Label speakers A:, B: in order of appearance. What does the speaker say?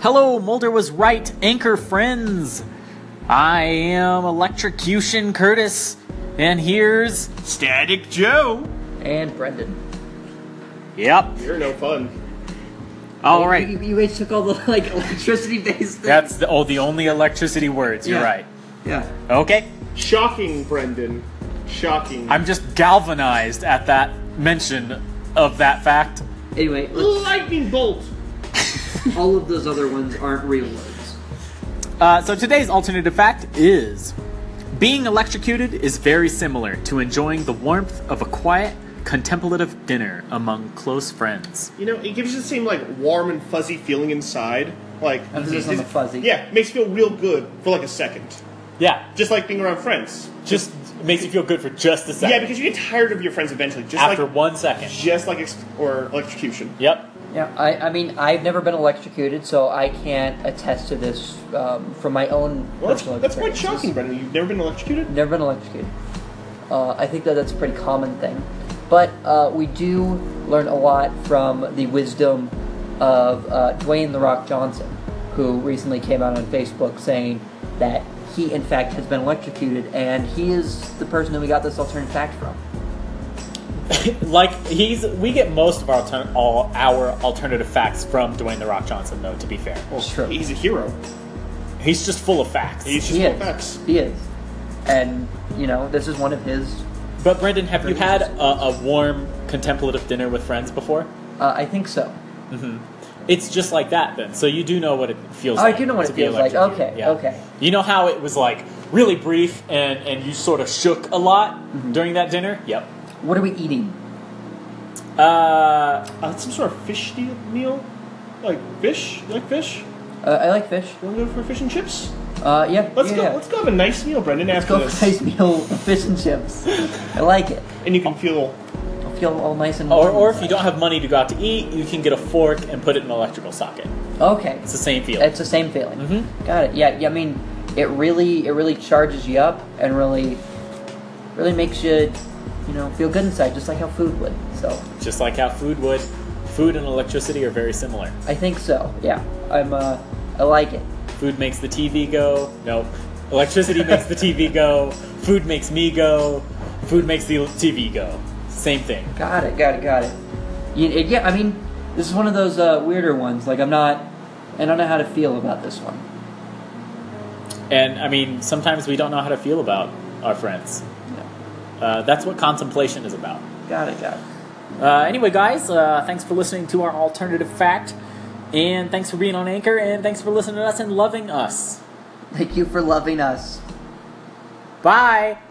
A: Hello, Mulder was right, anchor friends. I am Electrocution Curtis, and here's.
B: Static Joe.
C: And Brendan.
A: Yep.
D: You're no fun.
A: All
C: You-
A: right.
C: You, you guys took all the like electricity based.
A: That's the, oh, the only electricity words. You're
C: Yeah.
A: right.
C: Yeah.
A: Okay.
D: Shocking, Brendan. Shocking.
A: I'm just galvanized at that mention of that fact.
C: Anyway, let's,
D: lightning bolt.
C: all of those other ones aren't real words.
A: Uh, so today's alternative fact is being electrocuted is very similar to enjoying the warmth of a quiet, contemplative dinner among close friends.
D: You know, it gives you the same like warm and fuzzy feeling inside. Like
C: Emphasis on the fuzzy.
D: Yeah, makes you feel real good for like a second.
A: Yeah,
D: Just like being around friends.
A: just makes you feel good for just a
D: Yeah, because you get tired of your friends eventually. Just like
A: one second.
D: just like ex- or electrocution.
A: Yep.
C: Yeah, I, I mean, I've never been electrocuted, so I can't attest to this um, from my own
D: Well, that's,
C: personal
D: that's quite
C: experiences.
D: shocking, Brendan. You've never been electrocuted?
C: Never been electrocuted. Uh, I think that that's a pretty common thing. But uh, we do learn a lot from the wisdom of uh, Dwayne The Rock Johnson, who recently came out on Facebook saying that he, in fact, has been electrocuted, and he is the person who we got this alternate fact from.
E: like he's we get most of our altern- all our alternative facts from Dwayne the Rock Johnson though to be fair
C: It's true.
D: He's a hero.
E: he's just full of facts
D: He's just
C: He
D: full of
C: is.
D: facts.
C: He is. And, you know, this is one of his.
E: but Brendan have you had a, a warm contemplative dinner with friends before
C: Uh, I think so.
E: it's just like that then so you do know what it feels
C: Oh, I
E: like
C: do know what
E: to
C: it
E: be
C: feels like.
E: electrocuted.
C: Okay,
E: Yeah.
C: okay.
E: you know how it was like really brief and and you sort of shook a lot
C: Mm-hmm.
E: during that dinner yep
C: What are we eating?
E: uh
D: Uh, some sort of fish deal, meal? Like fish? You like fish?
C: Uh, I like fish.
D: You want to go for fish and chips?
C: Uh, yeah.
D: Let's
C: yeah,
D: go.
C: yeah.
D: Let's go have a nice meal, Brendan.
C: Let's
D: after
C: go
D: this,
C: for nice meal of fish and chips. I like it.
D: and you can feel
C: I'll feel all nice and
E: or,
C: warm
E: or if you
C: inside.
E: don't have money to go out to eat you can get a fork and put it in an electrical socket
C: Okay.
E: it's Mm-hmm. the same feeling
C: It's the same feeling. Got it. Yeah, yeah. I mean, it really, it really charges you up and really, really makes you, you know, feel good inside, just like how food would. So
E: just like how food would food and electricity are very similar
C: I think so. Yeah, I'm. Uh, I like it.
E: Food makes the TV go. No. Electricity makes the TV go. Food makes me go. Food makes the TV go. Same thing.
C: Got it. Got it. Got it. You, it yeah. I mean, this is one of those uh, weirder ones. Like I'm not. I don't know how to feel about this one.
E: And I mean, sometimes we don't know how to feel about our friends.
C: No.
E: Uh, that's what contemplation is about.
C: Got it. Got it.
A: Uh, anyway, guys, uh, thanks for listening to our alternative fact, and thanks for being on Anchor, and thanks for listening to us and loving us.
C: Thank you for loving us.
A: Bye.